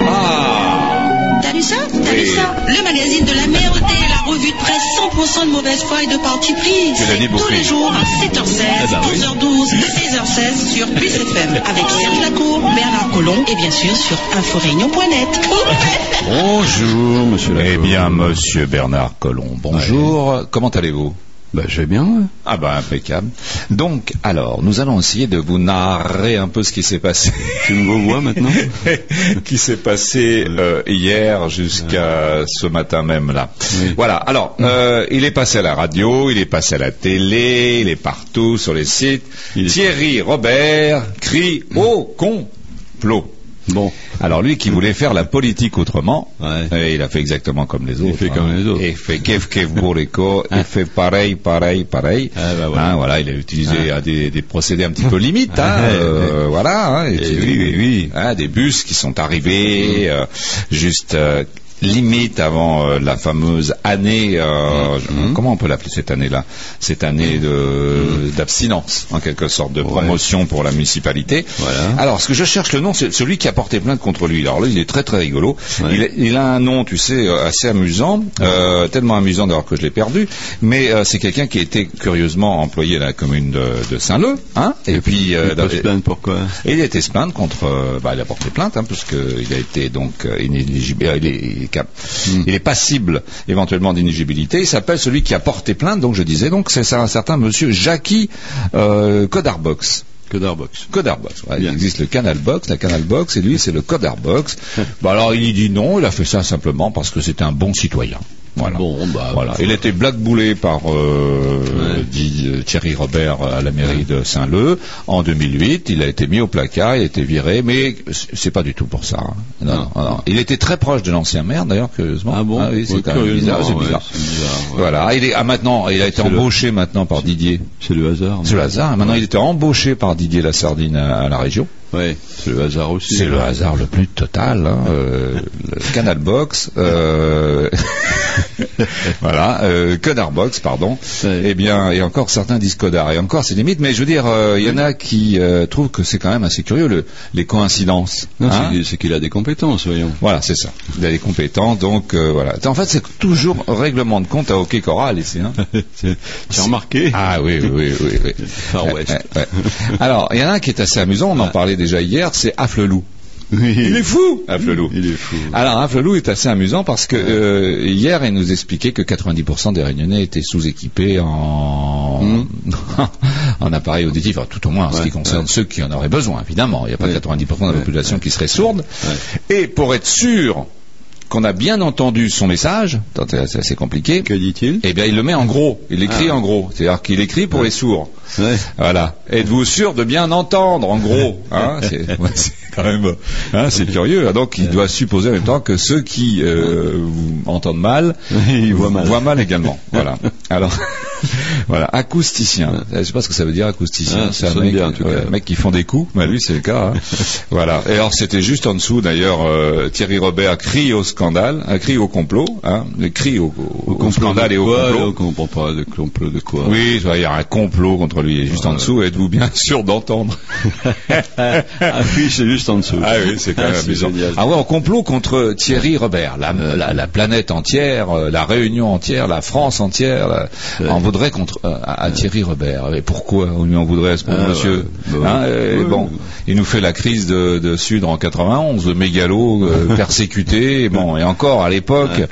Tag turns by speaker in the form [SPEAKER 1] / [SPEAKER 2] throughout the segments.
[SPEAKER 1] Ah.
[SPEAKER 2] 100% de mauvaise foi et de parti pris.
[SPEAKER 3] Tu l'as dit,
[SPEAKER 2] Tous les
[SPEAKER 3] Beaupré.
[SPEAKER 2] jours à 7h16,
[SPEAKER 3] Eh ben oui.
[SPEAKER 2] 11h12 et 16h16 sur Plus FM avec Serge Lacour, Bernard Collomb et bien sûr sur inforéunion.net.
[SPEAKER 3] Bonjour, monsieur
[SPEAKER 1] Eh bien, monsieur Bernard Collomb, bonjour. Comment allez-vous
[SPEAKER 3] Ben, je vais bien. ouais.
[SPEAKER 1] Ah ben, impeccable. Donc, alors, nous allons essayer de vous narrer un peu ce qui s'est passé.
[SPEAKER 3] Tu me revois maintenant
[SPEAKER 1] qui s'est passé euh, hier jusqu'à ce matin même là.
[SPEAKER 3] Oui. Mm.
[SPEAKER 1] Voilà. Alors, euh, il est passé à la radio, il est passé à la télé, il est partout sur les sites.
[SPEAKER 3] Il est- Mm.
[SPEAKER 1] Thierry Robert crie au complot.
[SPEAKER 3] Bon.
[SPEAKER 1] Alors lui qui voulait faire la politique autrement,
[SPEAKER 3] Ouais.
[SPEAKER 1] et il a fait exactement comme les autres. hein.
[SPEAKER 3] fait comme les autres.
[SPEAKER 1] Et fait kef kef bourrico, il fait pareil, pareil, pareil.
[SPEAKER 3] Ah, bah, voilà. Ah.
[SPEAKER 1] Hein, voilà, il a utilisé euh, des, des procédés un petit peu limites. Hein,
[SPEAKER 3] Ouais,
[SPEAKER 1] euh, Voilà. hein, et
[SPEAKER 3] Et
[SPEAKER 1] puis,
[SPEAKER 3] oui, oui, oui.
[SPEAKER 1] hein, des bus qui sont arrivés euh, juste. euh, limite avant euh, la fameuse année
[SPEAKER 3] Mmh.
[SPEAKER 1] euh, je- comment on peut l'appeler cette année là cette année de d'abstinence en quelque sorte de promotion pour la municipalité
[SPEAKER 3] Voilà.
[SPEAKER 1] alors, ce que je cherche le nom, c'est celui qui a porté plainte contre lui. Alors là, il est très très rigolo.
[SPEAKER 3] Ouais.
[SPEAKER 1] Il, a- il a un nom, tu sais, euh, assez amusant, euh, tellement amusant d'ailleurs que je l'ai perdu. Mais euh, c'est quelqu'un qui a été curieusement employé à la commune de, de Saint-Leu, hein. Et puis, euh,
[SPEAKER 3] Il peut se plaindre pourquoi
[SPEAKER 1] et il a été se plaindre contre, euh, bah, il a porté plainte, hein, puisqu'il a été donc euh, inéligible, euh, il est, il est cap-
[SPEAKER 3] Hmm.
[SPEAKER 1] il est passible éventuellement d'inéligibilité. Il s'appelle celui qui a porté plainte, donc je disais, donc c'est un certain monsieur Jackie euh, Codarbox.
[SPEAKER 3] Que Darbox.
[SPEAKER 1] Codarbox. Ouais, il
[SPEAKER 3] Bien.
[SPEAKER 1] existe le Canal Box, la Canal Box, et lui, c'est le Codarbox. bah, alors, il y dit non, il a fait ça simplement parce que c'était un bon citoyen. Voilà.
[SPEAKER 3] Bon, bah,
[SPEAKER 1] Voilà.
[SPEAKER 3] bah,
[SPEAKER 1] Il a été blackboulé par euh, dit euh, Thierry Robert à la mairie de Saint-Leu en 2008. Il a été mis au placard, il a été viré, mais c- c'est pas du tout pour ça. hein. Non,
[SPEAKER 3] Non.
[SPEAKER 1] non, non. Il était très proche de l'ancien maire, d'ailleurs, curieusement.
[SPEAKER 3] Ah bon
[SPEAKER 1] oui, c'est
[SPEAKER 3] Ouais,
[SPEAKER 1] quand même
[SPEAKER 3] curieusement,
[SPEAKER 1] bizarre. c'est
[SPEAKER 3] ouais,
[SPEAKER 1] bizarre.
[SPEAKER 3] c'est bizarre, ouais.
[SPEAKER 1] Voilà. Il est, ah, maintenant, il a été
[SPEAKER 3] C'est le-
[SPEAKER 1] embauché maintenant par Didier.
[SPEAKER 3] C'est le hasard.
[SPEAKER 1] C'est le hasard. hein. Maintenant, il était embauché par Didier Lassardine à, à la région.
[SPEAKER 3] Ouais, c'est le hasard aussi.
[SPEAKER 1] C'est le hasard le plus total. hein. Euh, le Canal Box, euh, voilà, euh, Codar Box, pardon.
[SPEAKER 3] Ouais.
[SPEAKER 1] Et bien, et encore certains disent Codar. Et encore, c'est limite. Mais je veux dire, euh, il y en a qui euh, trouvent que c'est quand même assez curieux le- les coïncidences.
[SPEAKER 3] Non,
[SPEAKER 1] hein.
[SPEAKER 3] c'est qu'il- c'est qu'il a des compétences, voyons.
[SPEAKER 1] Voilà, c'est ça. Il a des compétences, donc euh, voilà. En fait, c'est toujours règlement de compte à Hockey Coral ici. Hein.
[SPEAKER 3] C'est- tu as remarqué
[SPEAKER 1] Ah oui, oui, oui, oui. oui.
[SPEAKER 3] Far West. Ah.
[SPEAKER 1] Ouais, ouais, ouais. Alors, il y en a un qui est assez amusant, on en parlait déjà hier, c'est Afflelou.
[SPEAKER 3] Oui.
[SPEAKER 1] Il est fou, Ah, Afflelou.
[SPEAKER 3] Il est fou.
[SPEAKER 1] Alors, Afflelou est assez amusant parce que euh, hier, il nous expliquait que 90% des Réunionnais étaient sous-équipés en... en appareil auditif, Enfin, tout au moins en ce
[SPEAKER 3] Hmm. Ouais,
[SPEAKER 1] qui concerne ceux qui en auraient besoin, évidemment. Il n'y a pas
[SPEAKER 3] Ouais.
[SPEAKER 1] 90% de la
[SPEAKER 3] Ouais,
[SPEAKER 1] population qui serait sourde. Et pour être sûr qu'on a bien entendu son message, tant c'est c'est assez compliqué,
[SPEAKER 3] Que dit-il
[SPEAKER 1] eh bien, il le met en gros. Il écrit
[SPEAKER 3] Ah.
[SPEAKER 1] en gros. C'est-à-dire qu'il écrit pour les sourds.
[SPEAKER 3] Ouais.
[SPEAKER 1] Voilà. Êtes-vous sûr de bien entendre, en gros hein, C'est ouais, c'est quand même, hein, c'est curieux. Donc, il doit supposer en même temps que ceux qui euh, vous entendent mal,
[SPEAKER 3] Ils voient mal.
[SPEAKER 1] également. Voilà. Alors, voilà, acousticien. Eh, Je sais pas ce que ça veut dire acousticien.
[SPEAKER 3] Ah,
[SPEAKER 1] c'est
[SPEAKER 3] ça
[SPEAKER 1] un
[SPEAKER 3] sonne
[SPEAKER 1] mec,
[SPEAKER 3] bien, en tout cas.
[SPEAKER 1] ouais, un mec qui font des coups. Bah, lui, c'est le cas. hein. voilà. Et alors, c'était juste en dessous, d'ailleurs, euh, Thierry Robert crie au scandale, un crie au complot, hein, crie au, au- au scandale et au
[SPEAKER 3] quoi,
[SPEAKER 1] complot.
[SPEAKER 3] On comprend pas le complot de quoi.
[SPEAKER 1] Oui, il y a un complot contre lui, il est juste en dessous. Êtes-vous bien sûr d'entendre
[SPEAKER 3] Ah oui, c'est juste en dessous.
[SPEAKER 1] Ah oui, c'est quand même
[SPEAKER 3] Ah, c'est
[SPEAKER 1] amusant.
[SPEAKER 3] génial. Euh.
[SPEAKER 1] Ah ouais, un complot contre Thierry Robert. La, la- la planète entière, euh, la Réunion entière, la France entière, la-
[SPEAKER 3] Ouais.
[SPEAKER 1] en voudrait contre euh, à, à Thierry Robert. Mais pourquoi on lui en voudrait à ce moment,
[SPEAKER 3] Ah,
[SPEAKER 1] monsieur
[SPEAKER 3] ouais. Bah,
[SPEAKER 1] Hein,
[SPEAKER 3] ouais.
[SPEAKER 1] euh,
[SPEAKER 3] Ouais,
[SPEAKER 1] Bon,
[SPEAKER 3] ouais.
[SPEAKER 1] il nous fait la crise de, de Sudre en 91, le mégalo euh, persécuté. Et Bon, et encore à l'époque,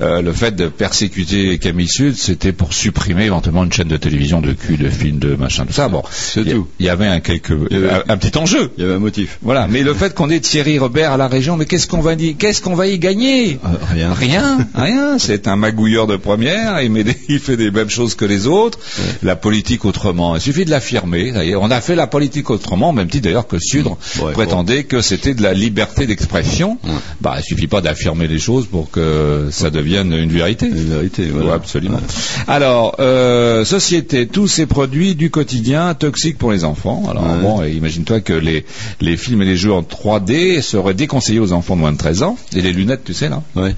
[SPEAKER 1] euh, le fait de persécuter Camille Sud, c'était pour supprimer éventuellement une chaîne de télévision de cul, de films, de machin, tout ça. Bon,
[SPEAKER 3] C'est
[SPEAKER 1] il y a-
[SPEAKER 3] tout. Euh,
[SPEAKER 1] Il y avait un quelque
[SPEAKER 3] Il y avait-
[SPEAKER 1] un- un petit enjeu.
[SPEAKER 3] Il y avait un motif.
[SPEAKER 1] Voilà. Mais le fait qu'on ait Thierry Robert à la région, mais qu'est-ce qu'on va y, qu'est-ce qu'on va y gagner
[SPEAKER 3] Euh, rien.
[SPEAKER 1] Rien, rien. C'est un magouilleur de première. Il, met des- il fait des mêmes choses que les autres. La politique autrement. Il suffit de l'affirmer. Ça y est, On a fait la politique autrement, au même titre d'ailleurs que Sudre
[SPEAKER 3] Ouais,
[SPEAKER 1] prétendait que c'était de la liberté d'expression. Bah, il suffit pas d'affirmer les choses pour que ça devienne une vérité.
[SPEAKER 3] La vérité, voilà.
[SPEAKER 1] Ouais, absolument. Alors, euh, société, tous ces produits du quotidien toxiques pour les enfants. Alors
[SPEAKER 3] Ouais.
[SPEAKER 1] bon, et imagine-toi que les, les films et les jeux en 3D seraient déconseillés aux enfants de moins de 13 ans. Et les lunettes, tu sais, là.
[SPEAKER 3] Ouais.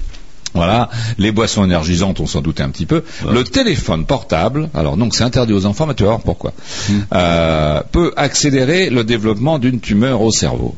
[SPEAKER 1] Voilà. Les boissons énergisantes, on s'en doutait un petit peu.
[SPEAKER 3] Ouais.
[SPEAKER 1] Le téléphone portable, alors donc c'est interdit aux enfants, mais tu vas voir
[SPEAKER 3] Hmm.
[SPEAKER 1] pourquoi, Euh, peut accélérer le développement d'une tumeur au cerveau.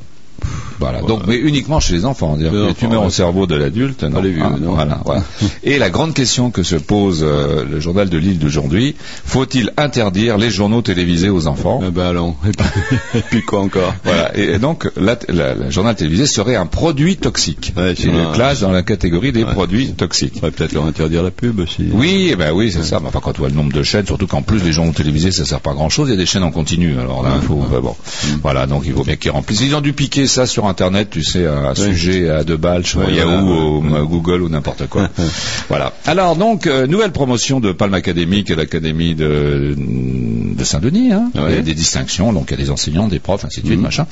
[SPEAKER 1] Voilà. Donc, mais uniquement chez les enfants. C'est-à-dire
[SPEAKER 3] Les
[SPEAKER 1] que Les
[SPEAKER 3] enfants,
[SPEAKER 1] tumeurs
[SPEAKER 3] ouais.
[SPEAKER 1] au cerveau de l'adulte, non.
[SPEAKER 3] les vieux,
[SPEAKER 1] hein,
[SPEAKER 3] non.
[SPEAKER 1] Voilà, voilà. Et la grande question que se pose euh, le journal de l'île d'aujourd'hui, faut-il interdire les journaux télévisés aux enfants
[SPEAKER 3] Ah ben allons. Et puis, et puis quoi encore
[SPEAKER 1] Voilà. Et donc, la- la- le journal télévisé serait un produit toxique.
[SPEAKER 3] Ouais, c'est
[SPEAKER 1] Il le
[SPEAKER 3] un-
[SPEAKER 1] classe dans la catégorie des
[SPEAKER 3] Ouais.
[SPEAKER 1] produits toxiques.
[SPEAKER 3] faudrait peut-être leur interdire la pub aussi. hein.
[SPEAKER 1] Oui, eh ben oui, c'est ça. Mais Enfin, quand on voit le nombre de chaînes, surtout qu'en plus les journaux télévisés, ça sert pas à grand chose. Il y a des chaînes en continu. Alors là, il faut bah, bon.
[SPEAKER 3] Mm.
[SPEAKER 1] Voilà, donc il vaut bien qu'ils remplissent. Ils ont dû piquer ça sur Internet, tu sais, un sujet à deux balles, sur
[SPEAKER 3] Ouais,
[SPEAKER 1] Yahoo, ou,
[SPEAKER 3] voilà,
[SPEAKER 1] euh, Google ou n'importe quoi. voilà. Alors donc euh, nouvelle promotion de Palme Academy, qui est l'académie de, de Saint-Denis. Hein.
[SPEAKER 3] Ouais. Mm.
[SPEAKER 1] Il y a des distinctions, donc il y a des enseignants, des profs, ainsi de suite, machin.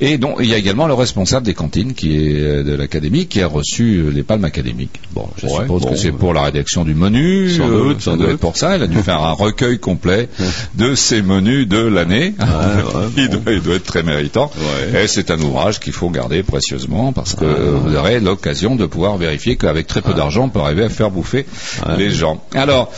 [SPEAKER 1] Et donc il y a également le responsable des cantines qui est euh, de l'académie, qui a reçu euh, les Palmes académiques. Bon, je
[SPEAKER 3] Ouais,
[SPEAKER 1] suppose
[SPEAKER 3] bon,
[SPEAKER 1] que c'est
[SPEAKER 3] euh,
[SPEAKER 1] pour la rédaction du menu.
[SPEAKER 3] Sans
[SPEAKER 1] euh,
[SPEAKER 3] doute,
[SPEAKER 1] ça
[SPEAKER 3] sans
[SPEAKER 1] doit
[SPEAKER 3] doute.
[SPEAKER 1] être pour ça. Il a dû faire un recueil complet de ses menus de l'année.
[SPEAKER 3] ouais,
[SPEAKER 1] il,
[SPEAKER 3] bon.
[SPEAKER 1] doit, il doit être très méritant.
[SPEAKER 3] Ouais.
[SPEAKER 1] Et c'est un ouvrage qu'il faut garder précieusement parce que vous aurez l'occasion de pouvoir vérifier qu'avec très peu d'argent, on peut arriver à faire bouffer les gens. Alors,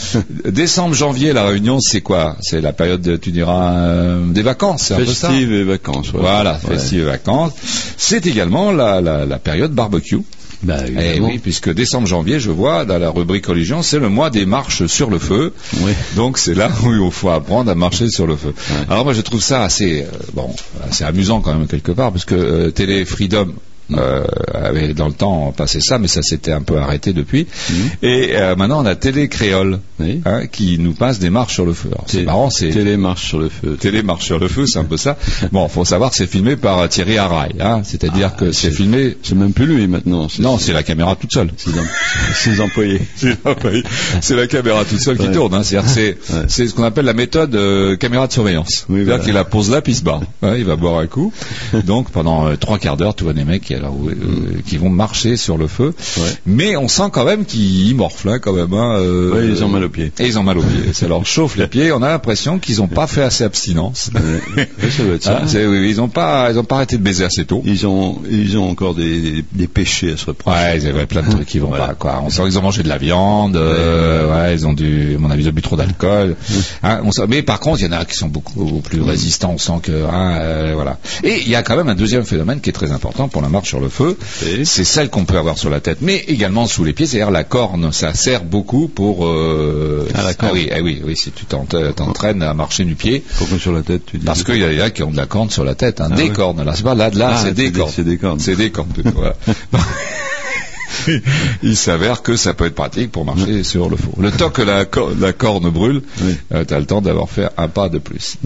[SPEAKER 1] décembre, janvier, la Réunion, c'est quoi C'est la période, de- tu diras, euh, des vacances. c'est un peu ça
[SPEAKER 3] Festive et vacances. ouais.
[SPEAKER 1] Voilà,
[SPEAKER 3] Ouais.
[SPEAKER 1] festive et vacances. C'est également la- la- la période barbecue.
[SPEAKER 3] Bah,
[SPEAKER 1] Eh
[SPEAKER 3] évidemment.
[SPEAKER 1] oui, puisque décembre-janvier, je vois, dans la rubrique religion, c'est le mois des marches sur le feu.
[SPEAKER 3] Oui.
[SPEAKER 1] Donc c'est là où il faut apprendre à marcher sur le feu. Alors moi, je trouve ça assez, euh, bon, assez amusant quand même quelque part, parce que euh, Télé Freedom.
[SPEAKER 3] Mm.
[SPEAKER 1] euh, avait dans le temps passé ça, mais ça s'était un peu arrêté depuis.
[SPEAKER 3] Mm.
[SPEAKER 1] Et euh, maintenant, on a Télé Créole
[SPEAKER 3] Oui.
[SPEAKER 1] hein, qui nous passe des marches sur le feu. Alors, C'est
[SPEAKER 3] Té-
[SPEAKER 1] marrant, c'est
[SPEAKER 3] Télémarche sur le feu.
[SPEAKER 1] télé marche sur le feu, c'est un peu ça. Bon, faut savoir, c'est filmé par euh, Thierry Arrail, hein, c'est-à-dire que c'est filmé.
[SPEAKER 3] Ah, C'est même plus lui maintenant. c'est-
[SPEAKER 1] Non, c'est la caméra toute seule.
[SPEAKER 3] Ses, em- ses employés.
[SPEAKER 1] C'est la- c'est la caméra toute seule qui
[SPEAKER 3] Ouais.
[SPEAKER 1] tourne. hein. C'est-à-dire que c'est
[SPEAKER 3] Ouais.
[SPEAKER 1] c'est ce qu'on appelle la méthode euh, caméra de surveillance.
[SPEAKER 3] Oui,
[SPEAKER 1] C'est-à-dire
[SPEAKER 3] bah. voilà.
[SPEAKER 1] qu'il la pose là, puis il se barre. Ouais, il va boire un coup. Donc pendant euh, trois quarts d'heure, tu vois des mecs qui, alors, euh, qui vont marcher sur le feu.
[SPEAKER 3] Mm. Ouais.
[SPEAKER 1] Mais on sent quand même qu'ils morflent hein, quand même. hein, euh,
[SPEAKER 3] Ouais, ils ont mal aux pieds.
[SPEAKER 1] Et ils ont mal aux pieds. Ça leur chauffe les pieds. On a l'impression qu'ils n'ont pas fait assez abstinence.
[SPEAKER 3] Oui, ça doit être ça.
[SPEAKER 1] Ah, c'est- oui, ils n'ont pas, ils ont pas arrêté de baiser assez tôt.
[SPEAKER 3] ils ont, ils ont encore des, des, des péchés à se reprocher.
[SPEAKER 1] Ouais, ils avaient plein de trucs qui vont
[SPEAKER 3] Voilà.
[SPEAKER 1] pas, quoi. On sent qu'ils ont mangé de la viande, euh, ouais, ils ont dû, à mon avis, ils ont bu trop d'alcool.
[SPEAKER 3] Mmh.
[SPEAKER 1] Hein, on sent- mais par contre, il y en a qui sont beaucoup plus résistants, on sent que, hein, euh, voilà. Et il y a quand même un deuxième phénomène qui est très important pour la marche sur le feu,
[SPEAKER 3] Et
[SPEAKER 1] c'est celle qu'on peut avoir sur la tête, mais également sous les pieds, c'est-à-dire la corne, ça sert beaucoup pour... Euh,
[SPEAKER 3] Ah, la corne.
[SPEAKER 1] oui, ah oui, oui, si tu t'en- t'entraînes à marcher du pied,
[SPEAKER 3] pourquoi sur la tête tu dis
[SPEAKER 1] parce qu'il y a des gars qui ont de la corne sur la tête, hein,
[SPEAKER 3] Ah
[SPEAKER 1] des
[SPEAKER 3] ouais.
[SPEAKER 1] cornes. Là, c'est pas là, de là,
[SPEAKER 3] Ah,
[SPEAKER 1] c'est des
[SPEAKER 3] c'est des-
[SPEAKER 1] cornes.
[SPEAKER 3] c'est des cornes.
[SPEAKER 1] C'est des cornes. plutôt, voilà. Il s'avère que ça peut être pratique pour marcher sur le four. Le temps que la, cor- la corne brûle,
[SPEAKER 3] Oui.
[SPEAKER 1] tu as le temps d'avoir fait un pas de plus.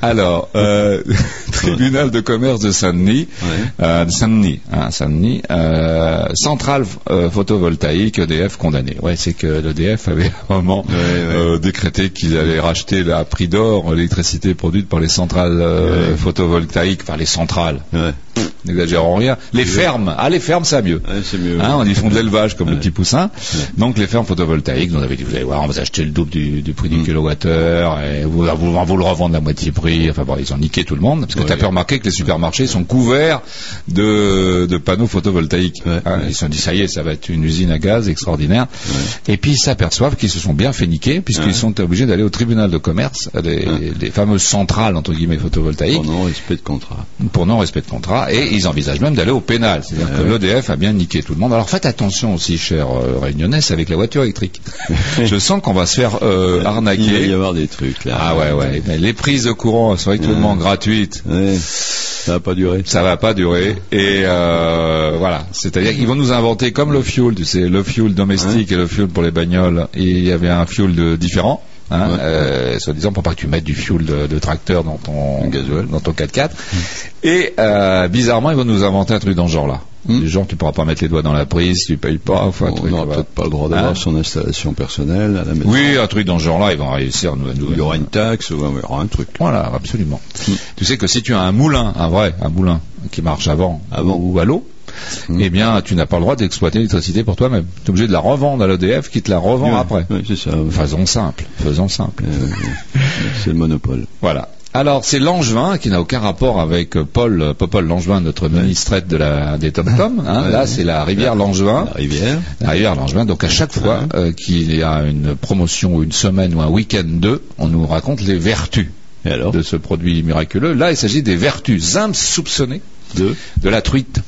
[SPEAKER 1] Alors, euh, tribunal de commerce de Saint-Denis,
[SPEAKER 3] Ouais.
[SPEAKER 1] euh, de Saint-Denis, hein, Saint-Denis, euh, centrale euh, photovoltaïque EDF condamnée. Ouais, c'est que l'EDF avait à un moment
[SPEAKER 3] Ouais, ouais.
[SPEAKER 1] euh, décrété qu'ils allaient racheter à prix d'or l'électricité produite par les centrales euh,
[SPEAKER 3] Ouais.
[SPEAKER 1] photovoltaïques, par les centrales.
[SPEAKER 3] Ouais.
[SPEAKER 1] N'exagérons rien. Les fermes, ah les fermes, ça mieux.
[SPEAKER 3] Ouais, c'est mieux.
[SPEAKER 1] Hein, on y font de l'élevage comme le
[SPEAKER 3] Ouais.
[SPEAKER 1] petit poussin. Donc les fermes photovoltaïques, nous, on avait dit, vous allez voir, on va acheter le double du, du
[SPEAKER 3] Mm.
[SPEAKER 1] prix du kilowattheure, et vous, vous, vous le revendre à moitié prix. Enfin bon, ils ont niqué tout le monde, parce que
[SPEAKER 3] Ouais.
[SPEAKER 1] tu as pu remarquer que les supermarchés sont couverts de, de panneaux photovoltaïques.
[SPEAKER 3] Ouais.
[SPEAKER 1] Hein, Ils se sont dit, ça y est, ça va être une usine à gaz extraordinaire. Et puis ils s'aperçoivent qu'ils se sont bien fait niquer, puisqu'ils
[SPEAKER 3] Ouais.
[SPEAKER 1] sont obligés d'aller au tribunal de commerce, à des, des fameuses centrales, entre guillemets, photovoltaïques
[SPEAKER 3] Oh non, respect de contrat.
[SPEAKER 1] pour non-respect de contrat, et ils envisagent même d'aller au pénal. C'est-à-dire
[SPEAKER 3] Ah
[SPEAKER 1] que l'EDF a bien niqué tout le monde. Alors faites attention aussi, chers euh, réunionnais, c'est avec la voiture électrique. Je sens qu'on va se faire euh,
[SPEAKER 3] Il va y
[SPEAKER 1] arnaquer.
[SPEAKER 3] avoir des trucs là.
[SPEAKER 1] Ah ouais, ouais. Mais les prises de courant sont actuellement gratuites.
[SPEAKER 3] Ouais. Ça va pas durer.
[SPEAKER 1] Ça va pas durer et euh, voilà. C'est-à-dire qu'ils vont nous inventer comme le fuel, tu sais, le fuel domestique et le fuel pour les bagnoles. Et il y avait un fuel de, différent, hein,
[SPEAKER 3] Ouais.
[SPEAKER 1] euh, soi-disant pour pas que tu mettes du fuel de, de tracteur dans ton
[SPEAKER 3] Du gasoil. Mm.
[SPEAKER 1] dans ton 4x4. Et euh, bizarrement, ils vont nous inventer un truc dans ce genre-là.
[SPEAKER 3] Hmm.
[SPEAKER 1] Du genre, tu pourras pas mettre les doigts dans la prise, tu payes pas, enfin un
[SPEAKER 3] Bon,
[SPEAKER 1] truc.
[SPEAKER 3] on n'aura
[SPEAKER 1] voilà.
[SPEAKER 3] peut-être pas le droit d'avoir
[SPEAKER 1] Hein
[SPEAKER 3] son installation personnelle à la maison.
[SPEAKER 1] Oui, euh, un truc dans ce genre-là, ils vont réussir à nous. à nous-
[SPEAKER 3] Il y aura une taxe ou il y aura un truc.
[SPEAKER 1] Voilà, absolument. Mm. Tu sais que si tu as un moulin, un vrai, un moulin qui marche avant,
[SPEAKER 3] Avant.
[SPEAKER 1] ou à l'eau, eh bien, tu n'as pas le droit d'exploiter l'électricité pour toi-même. Tu es obligé de la revendre à l'EDF qui te la revend
[SPEAKER 3] Ouais.
[SPEAKER 1] après. Euh,
[SPEAKER 3] Ouais, c'est ça. ouais.
[SPEAKER 1] Faisons simple, faisons simple.
[SPEAKER 3] Euh, c'est le monopole.
[SPEAKER 1] Voilà. Alors, c'est Langevin qui n'a aucun rapport avec euh, Paul, euh, Popol Langevin, notre ministrette de la, des Tom Tom. hein.
[SPEAKER 3] Ouais.
[SPEAKER 1] Là, c'est la rivière Langevin.
[SPEAKER 3] La rivière.
[SPEAKER 1] La rivière Langevin. Donc, à chaque fois euh, qu'il y a une promotion, ou une semaine ou un week-end 2, on nous raconte les vertus
[SPEAKER 3] Et alors
[SPEAKER 1] de ce produit miraculeux. Là, il s'agit des vertus insoupçonnées
[SPEAKER 3] Deux.
[SPEAKER 1] de la truite.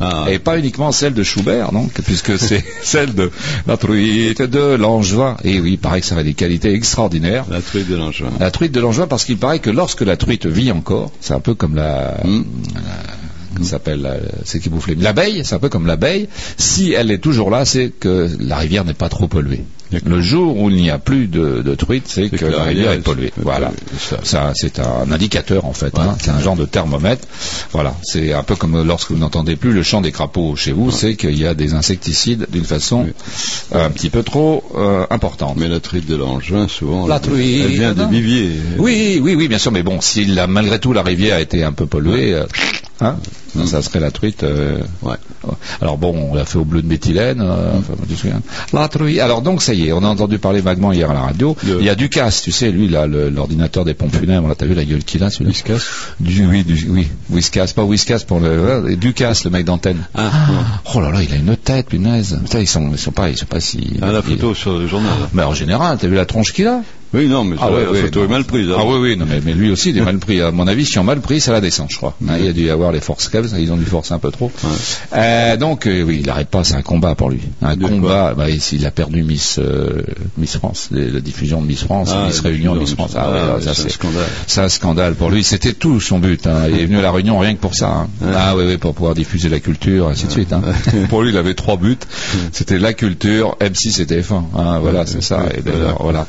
[SPEAKER 3] Ah,
[SPEAKER 1] Et pas uniquement celle de Schubert, donc, puisque c'est celle de la truite de Langevin. Et oui, il paraît que ça a des qualités extraordinaires.
[SPEAKER 3] la truite de l'engin.
[SPEAKER 1] La truite de Langevin, parce qu'il paraît que lorsque la truite vit encore, c'est un peu comme la...
[SPEAKER 3] Mm.
[SPEAKER 1] la- comment ça s'appelle la- c'est qui bouffe les- L'abeille, c'est un peu comme l'abeille. Si elle est toujours là, c'est que la rivière n'est pas trop polluée.
[SPEAKER 3] D'accord.
[SPEAKER 1] Le jour où il n'y a plus de, de truite, c'est que,
[SPEAKER 3] C'est
[SPEAKER 1] la rivière est
[SPEAKER 3] elle-
[SPEAKER 1] polluée.
[SPEAKER 3] elle-
[SPEAKER 1] Voilà.
[SPEAKER 3] elle- ça.
[SPEAKER 1] Ça, c'est un indicateur en fait. hein. C'est un genre de thermomètre. Voilà. C'est un peu comme lorsque vous n'entendez plus le chant des crapauds chez vous, c'est qu'il y a des insecticides d'une façon
[SPEAKER 3] Oui.
[SPEAKER 1] un petit peu trop euh, importante.
[SPEAKER 3] Mais la truite de l'engin, souvent,
[SPEAKER 1] La
[SPEAKER 3] elle-
[SPEAKER 1] truite.
[SPEAKER 3] elle vient des viviers.
[SPEAKER 1] Oui, oui, oui, bien sûr. Mais bon, si la- malgré tout la rivière a été un peu polluée, euh, hein, ça serait la truite. euh,
[SPEAKER 3] Mm. Ouais. Mm.
[SPEAKER 1] alors bon, on l'a fait au bleu de méthylène. euh, enfin, je me souviens. La truie. Alors donc, ça y est, on a entendu parler vaguement hier à la radio.
[SPEAKER 3] Le-
[SPEAKER 1] Il y a Ducasse, tu sais, lui, là, le- l'ordinateur des pompes funèbres. Là, t'as vu la gueule qu'il a, celui-là du, Oui, du, oui. Whiskas, pas Whiskas pour le. euh, Ducasse, le mec d'antenne.
[SPEAKER 3] Ah,
[SPEAKER 1] Oh là là, il a une tête, punaise. Putain, ils sont, ils sont pas, ils sont pas si.
[SPEAKER 3] ah, la photo sur le journal. là.
[SPEAKER 1] Mais en général, t'as vu la tronche qu'il a
[SPEAKER 3] Oui, non, mais c'est vrai,
[SPEAKER 1] ouais,
[SPEAKER 3] la photo
[SPEAKER 1] Ah non.
[SPEAKER 3] est mal prise. hein.
[SPEAKER 1] Ah oui, oui, non, mais, mais lui aussi, il est mal pris. À mon avis, si on mal pris, c'est la descente, je crois. Hein, il y a dû y avoir les forces caves, ils ont dû forcer un peu trop. Euh, donc, euh, oui, il n'arrête pas, c'est un combat pour lui. Un
[SPEAKER 3] De
[SPEAKER 1] combat, bah, il, il a perdu Miss, euh, Miss France, les- la diffusion de Miss France,
[SPEAKER 3] Ah,
[SPEAKER 1] Miss
[SPEAKER 3] la
[SPEAKER 1] Réunion,
[SPEAKER 3] diffusion
[SPEAKER 1] Miss
[SPEAKER 3] de
[SPEAKER 1] France.
[SPEAKER 3] Miss
[SPEAKER 1] Ah,
[SPEAKER 3] France.
[SPEAKER 1] ouais,
[SPEAKER 3] Ah,
[SPEAKER 1] alors,
[SPEAKER 3] mais
[SPEAKER 1] ça,
[SPEAKER 3] c'est un
[SPEAKER 1] c'est
[SPEAKER 3] scandale.
[SPEAKER 1] c'est un scandale pour lui. C'était tout son but. hein. Il est venu à La Réunion rien que pour ça. hein. Ah oui, oui, pour pouvoir diffuser la culture, ainsi de suite. hein. pour lui, il avait trois buts. C'était la culture, M6 et TF1. hein. Voilà, c'est ça. Et d'ailleurs, voilà.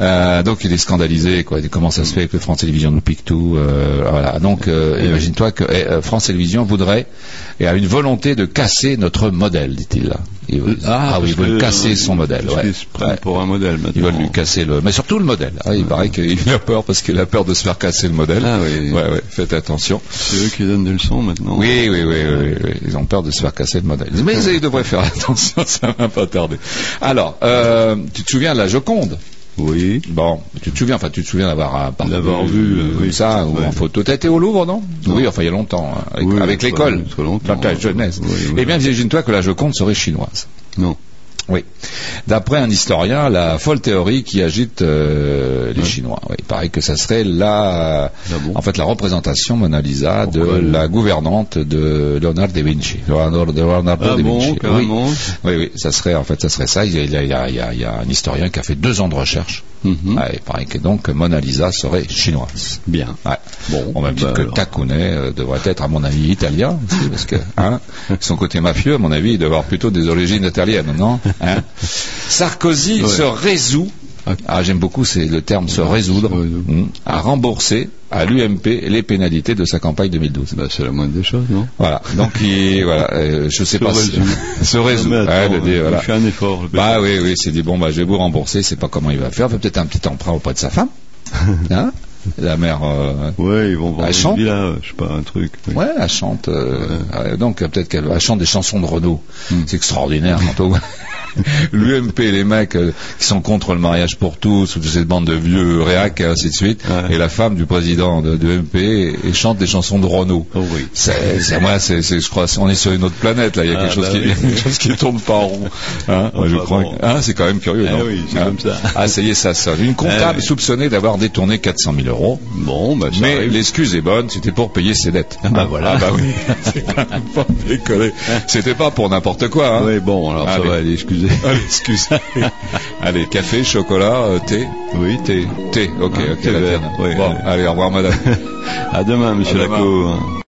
[SPEAKER 1] Euh, donc, il est scandalisé. Quoi. Il dit, Comment ça se fait que France Télévisions nous pique tout euh, Voilà. Donc, euh, imagine-toi que eh, euh, France Télévisions voudrait et a une volonté de casser notre modèle, dit-il. Il- ah oui, ils veulent casser son modèle. ouais.
[SPEAKER 3] Ils se prennent
[SPEAKER 1] Ouais.
[SPEAKER 3] pour un modèle maintenant.
[SPEAKER 1] Ils veulent lui casser le, mais surtout le modèle. hein. il paraît qu'il a peur parce qu'il a peur de se faire casser le modèle.
[SPEAKER 3] Ah oui.
[SPEAKER 1] Ouais, ouais, Faites attention.
[SPEAKER 3] C'est eux qui donnent des leçons maintenant.
[SPEAKER 1] Oui, oui, oui, oui, oui. Ils ont peur de se faire casser le modèle. Mais ils devraient faire attention. Ça va pas tarder. Alors, euh, tu te souviens de la Joconde
[SPEAKER 3] Oui.
[SPEAKER 1] Bon, tu te souviens, enfin, tu te souviens d'avoir euh, par-
[SPEAKER 3] L'avoir
[SPEAKER 1] euh,
[SPEAKER 3] vu, euh,
[SPEAKER 1] comme
[SPEAKER 3] oui.
[SPEAKER 1] ça, ou
[SPEAKER 3] Ouais.
[SPEAKER 1] en photo. T'as été au Louvre, non, Oui, enfin, il y a longtemps, hein, avec,
[SPEAKER 3] Oui,
[SPEAKER 1] avec
[SPEAKER 3] ça,
[SPEAKER 1] l'école,
[SPEAKER 3] très longtemps.
[SPEAKER 1] dans ta jeunesse.
[SPEAKER 3] Oui, oui.
[SPEAKER 1] Eh bien, imagine-toi que la Joconde serait chinoise.
[SPEAKER 3] Non.
[SPEAKER 1] Oui. D'après un historien, la folle théorie qui agite euh, les Chinois. Oui, il paraît que ça serait la,
[SPEAKER 3] Ah bon
[SPEAKER 1] en fait, la représentation Mona Lisa de
[SPEAKER 3] Pourquoi
[SPEAKER 1] la gouvernante de Leonardo da Vinci. Leonardo, Leonardo
[SPEAKER 3] Ah
[SPEAKER 1] da
[SPEAKER 3] bon,
[SPEAKER 1] Vinci. Oui.
[SPEAKER 3] carrément.
[SPEAKER 1] Oui, oui, ça serait en fait, ça serait ça. Il y a, il y a- il y a- il y a- il y a un historien qui a fait deux ans de recherche.
[SPEAKER 3] Mhm.
[SPEAKER 1] Ouais, il paraît que donc Mona Lisa serait chinoise.
[SPEAKER 3] Bien.
[SPEAKER 1] Ouais.
[SPEAKER 3] Bon,
[SPEAKER 1] on m'a dit
[SPEAKER 3] bah
[SPEAKER 1] que
[SPEAKER 3] alors.
[SPEAKER 1] Takunet euh, devrait être, à mon avis, italien, aussi, parce que hein, son côté mafieux, à mon avis, il doit avoir plutôt des origines italiennes, non Hein Sarkozy
[SPEAKER 3] Ouais.
[SPEAKER 1] se résout.
[SPEAKER 3] Ah.
[SPEAKER 1] Ah, j'aime beaucoup c'est le terme se résoudre
[SPEAKER 3] Se résoudre.
[SPEAKER 1] hum, à rembourser à l'UMP les pénalités de sa campagne 2012.
[SPEAKER 3] Bah, c'est la moindre des choses, non
[SPEAKER 1] Voilà. Donc il, voilà, euh, je sais
[SPEAKER 3] Se
[SPEAKER 1] pas si-
[SPEAKER 3] résout.
[SPEAKER 1] se résout.
[SPEAKER 3] Mais attends,
[SPEAKER 1] Ouais, le dé-
[SPEAKER 3] il
[SPEAKER 1] voilà.
[SPEAKER 3] fait un effort. le
[SPEAKER 1] Bah oui, oui, c'est dit bon, bah je vais vous rembourser. C'est pas comment il va faire. Fait peut-être un petit emprunt auprès de sa femme, hein La mère euh,
[SPEAKER 3] Ouais, Ah, ils vont vendre
[SPEAKER 1] À Champ
[SPEAKER 3] une villa, euh, je sais pas, un truc. oui.
[SPEAKER 1] Ouais, elle chante. euh, euh, donc euh, peut-être qu'elle elle chante des chansons de Renaud.
[SPEAKER 3] Hmm.
[SPEAKER 1] C'est extraordinaire quand on voit l'UMP, les mecs euh, qui sont contre le mariage pour tous, ou toute cette bande de vieux réac, et ainsi de suite.
[SPEAKER 3] Ouais.
[SPEAKER 1] Et la femme du président de, de l'UMP et chante des chansons de Renaud.
[SPEAKER 3] Oh oui.
[SPEAKER 1] C'est, c'est- moi, c'est, c'est- je crois, on est sur une autre planète là. Il y a
[SPEAKER 3] Ah,
[SPEAKER 1] quelque chose
[SPEAKER 3] bah
[SPEAKER 1] qui,
[SPEAKER 3] oui.
[SPEAKER 1] quelque chose qui tourne pas en rond. Hein, moi, je
[SPEAKER 3] Enfin,
[SPEAKER 1] crois.
[SPEAKER 3] bon.
[SPEAKER 1] que- hein, c'est quand même curieux.
[SPEAKER 3] Ah
[SPEAKER 1] non
[SPEAKER 3] oui, c'est
[SPEAKER 1] Hein.
[SPEAKER 3] comme ça.
[SPEAKER 1] Ah, ça y est, ça sonne. Une comptable
[SPEAKER 3] Ah oui.
[SPEAKER 1] soupçonnée d'avoir détourné 400 000 euros.
[SPEAKER 3] Bon, bah, ça
[SPEAKER 1] Mais
[SPEAKER 3] arrive.
[SPEAKER 1] l'excuse est bonne, c'était pour payer ses dettes. Ah
[SPEAKER 3] bah voilà.
[SPEAKER 1] Ah bah oui. C'est quand même pas déconné. C'était pas pour n'importe quoi. Hein.
[SPEAKER 3] Ouais, bon, alors
[SPEAKER 1] Allez.
[SPEAKER 3] ça va aller, excusez.
[SPEAKER 1] Allez, excuse. Allez, café, chocolat, euh, thé.
[SPEAKER 3] Oui, t'es.
[SPEAKER 1] Thé, ok,
[SPEAKER 3] Ah,
[SPEAKER 1] ok,
[SPEAKER 3] thé
[SPEAKER 1] la
[SPEAKER 3] vert,
[SPEAKER 1] tienne.
[SPEAKER 3] oui,
[SPEAKER 1] bon,
[SPEAKER 3] allez.
[SPEAKER 1] allez, au revoir madame.
[SPEAKER 3] À demain, monsieur
[SPEAKER 1] À
[SPEAKER 3] hein.
[SPEAKER 1] demain.
[SPEAKER 3] Lacour.